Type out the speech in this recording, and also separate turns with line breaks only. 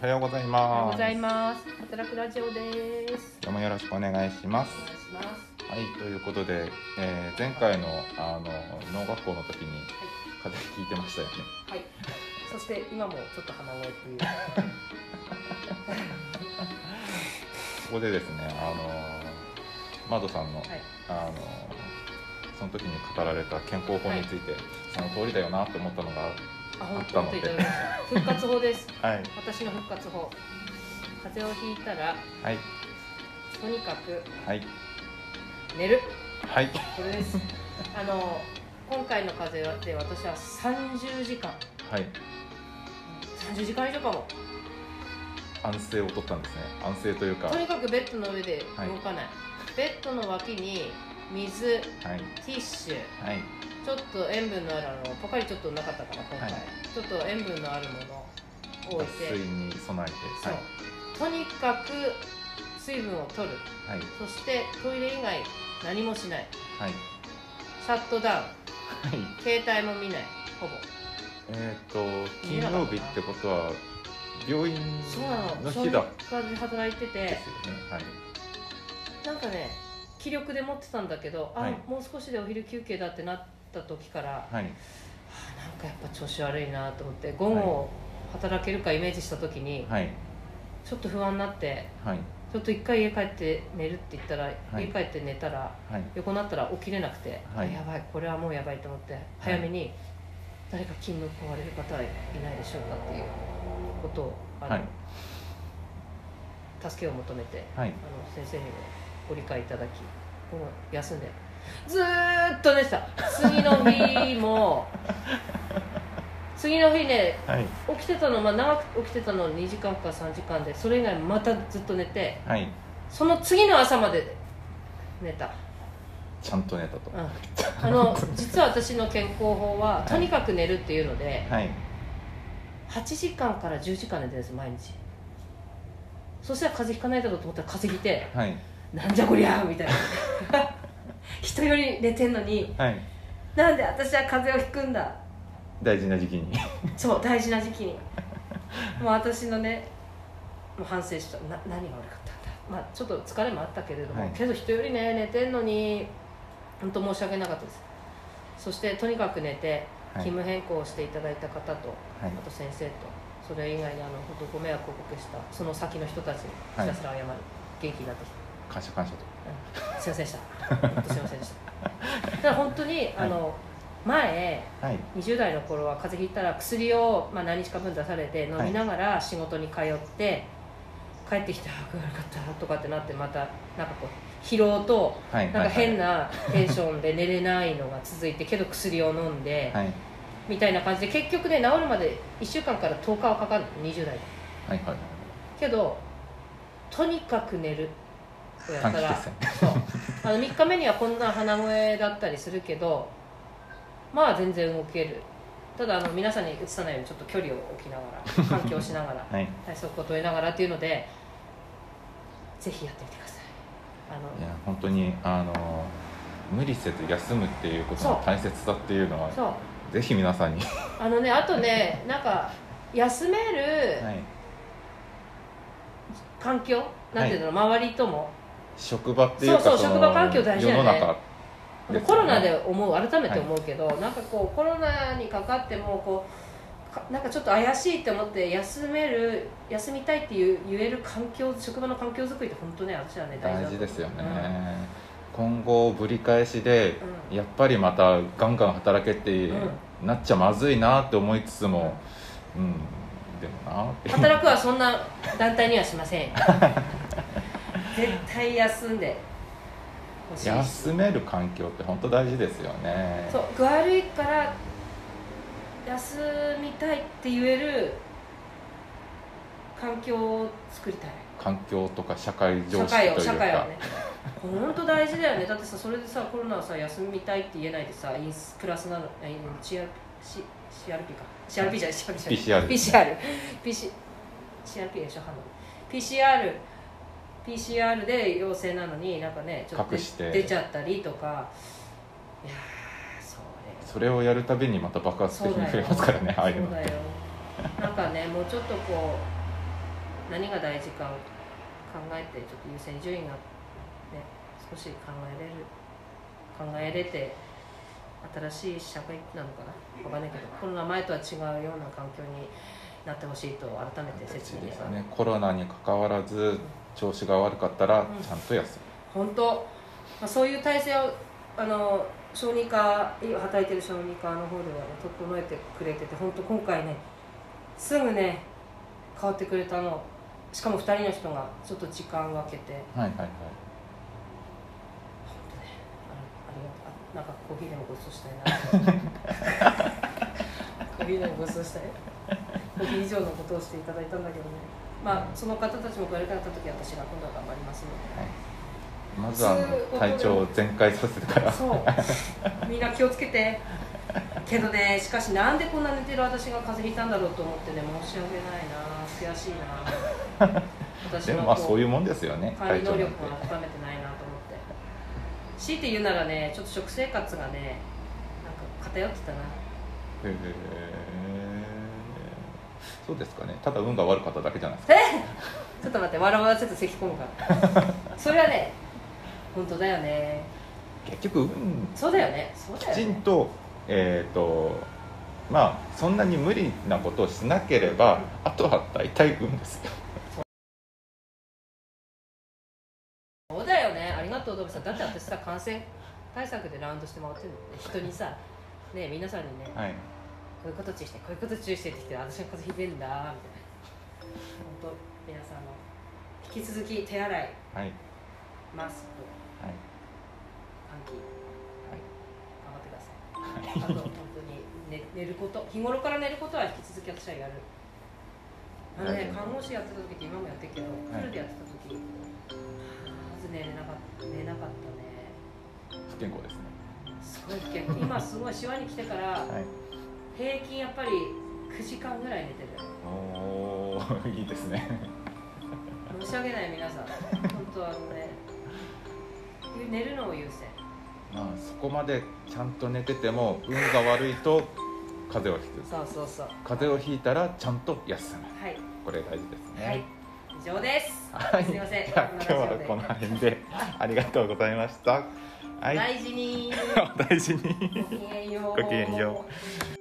はようござい
おはよう
ま
ご
す
ざいます。働くラジオです。
どうもよろしくお願いします
お願いします。
はいということで、えー前回のあの農学校の時に風邪ひいてましたよね
はい。そして今もちょっと鼻声という。
ここでですねあの窓さんの、
はい。
あのその時に語られた健康法について、その通りだよなと思ったのが
あ、本当といただきました。復活法です。
はい
私の復活法。風邪をひいたら、
はい
とにかく
はい
寝る。
はい
これ です。あの、今回の風邪で私は30時間。
はい
30時間以上かも。
安静を取ったんですね安静というか
とにかくベッドの上で動かない。ベッドの脇に水、
はい
ティッシュ。
はい
ちょっと塩分のあるあのポカリちょっとなかったから今回、
はい
ちょっと塩分のあるものを置いて
脱水に備えて
そう、とにかく水分を取る
はい
そしてトイレ以外何もしない
はい
シャットダウン
はい
携帯も見ないほぼ
えっ、と金曜日ってことは病院
そうなの
の
そうい
日
う
だ
感じで働いて
で
て
すよねはい
なんかね気力で持ってたんだけど、
はい
あもう少しでお昼休憩だってなった時から、
はい
あなんかやっぱ調子悪いなと思って午後働けるかイメージした時に、
はい
ちょっと不安になって
はい
ちょっと一回家帰って寝るって言ったら、
はい
家帰って寝たら
はい
横になったら起きれなくて、
はい
あやばいこれはもうやばいと思って、早めに誰か勤務壊れる方はいないでしょうかっていうことをあの、
はい
助けを求めて
はい
あの先生にもご理解いただき午後休んでずーっと寝てた次の日 も次の日ね
はい
起きてたの、まあ、長く起きてたの2時間か3時間でそれ以外またずっと寝て。
はい
その次の朝まで寝た、
ちゃんと寝たと
うん、あの実は私の健康法はとにかく寝るっていうので
はい
8時間から10時間寝てるんです毎日そしたら風邪ひかないだろうと思ったら風邪ひいて
はい
なんじゃこりゃーみたいな 人より寝てんのに
はい
なんで私は風邪をひくんだ
大事な時期に
そう大事な時期にもう私のねもう反省したな何が悪かったんだまあちょっと疲れもあったけれども、
はい
けど人よりね寝てんのに本当申し訳なかったですそしてとにかく寝て
はい
勤務変更をしていただいた方と、
はい
あと先生とそれ以外にあの本当ご迷惑をおかけしたその先の人たちにひたすら謝る、元気になってきて
感謝感謝と
うんすいませんで した本当すいませんでしただから本当にあの、前
はい
20代の頃は風邪ひいたら薬を、まあ、何日か分出されて飲みながら仕事に通って、帰ってきてあー具合悪かったとかってなってまたなんかこう疲労と
はい
なんか変
な
なテンションで寝れないのが続いてけど薬を飲んで、
はい
みたいな感じで結局ね治るまで1週間から10日はかかるの20代で
はいはい
けどとにかく寝るをや
短
った
期
ら
決戦
そうあの3日目にはこんな鼻声だったりするけどまあ全然動けるただあの皆さんに移さないようにちょっと距離を置き ながら環境をしながら
はい
体側を取りながらっていうのでぜひやってみてください
い
あの
や本当にあの無理せず休むっていうことの大切さっていうのは
そう
ぜひ皆さんには
あのねあとねなんか休め
い
る環境、なんていうの、周りとも
職場っていうか
そうそう
の
職場環境大事だよね
世の中ですよね
コロナで思う改めて思うけど、なんかこうコロナにかかってもこうかなんかちょっと怪しいって思って休める休みたいっていう言える環境職場の環境づくりって本当ね私はね大
大
事だと思
事
う
ですよね、今後ぶり返しでやっぱりまたガンガン働けってなっちゃまずいなって思いつつもうんでもなって
うん、働くはそんな団体にはし ません絶対休んでほしいし
休める環境って本当大事ですよね
そう具合悪いから休みたいって言える環境を作りたい
環境とか社会
社
常識
会
とい
を
うか
社会をね本当大事だよねだってさそれでさコロナはさ休みたいって言えないでさインスプラスなのあいいね CR C- CRP か CRP じゃない CRP じゃない
PCR で
PCR PC CRP でしょ反応 PCR PCR で陽性なのになんかねちょっと
隠して
出ちゃったりとかいやーそれ
それをやるたびにまた爆発的に増えますからねああいう
そ
の
うだよなんかねもうちょっとこ何が大事かを考えてちょっと優先順位がね少し考えれる考えれて新しい社会なのかなわかんないけどコロナ前とは違うような環境になってほしいと改めて説
形
明
で
ですは
ねコロナにかかわらず調子が悪かったら
うん
ちゃんと休
本当、まあ、そういう体制をあの小児科今働いてる小児科の方では、ね、整えてくれてて本当今回ねすぐね変わってくれたのしかも2人の人がちょっと時間を空けてあ
む、はいはいはい
ありがとうあなんかコーヒーでもごちそうしたいなコーヒーでもごちそうしたいコーヒー以上のことをしていただいたんだけどねまあその方たちもこれからなった時は私が今度は頑張りますので。
まずはあ
普通
の体調を全開させてから
そうみんな気をつけてけどねしかしなんでこんな寝てる私が風邪ひいたんだろうと思ってね申し訳ないな悔しいな私
でもま
は
あそ
こ
う
う
いうもんですよね
管
体
理
調
能
なん
力
て
を高めてないなと思って強いて言うならねちょっと食生活がねなんか偏ってたな
へーそうですかねただ運が悪かっただけじゃないですか
ちょっと待って笑わせて咳込むからそれはね本当だよね
結局運
そうだよねそうだ
きち
よ
ん
ね
とえっ、とまあそんなに無理なことをしなければあとは大体運ですよ
そうだよねありがとうドブさんだって私さ感染対策でラウンドして回ってるのね人にさね皆さんにね、こ
はい、
ういうこと注意してこういうこと注意してって言って私の風邪ひいてんだみたいな本当皆さんも引き続き手洗い
はい
マスク
はい
換気頑張ってくださいあと本当に寝寝ること日頃から寝ることは引き続き私はやるあのね
大丈夫
看護師やってた時って今もやってるけどフルでやってた時、まずね寝なかった寝なかったね
不健康ですね
すごい危険今すごいシワに来てから
はい
平均やっぱり9時間ぐらい寝てる
おーいいですね
申し訳ない皆さん本当あのね寝るのを優先
まあそこまでちゃんと寝てても運が悪いと風邪をひく
そうそうそう
風邪をひいたらちゃんと休む
はい
これ大事ですね
はい以上です
はい、
すいません
じゃあ今日はこの辺でありがとうございました。はい、
大事に
お大事に。
ごきげんよう
ごきげんよ
う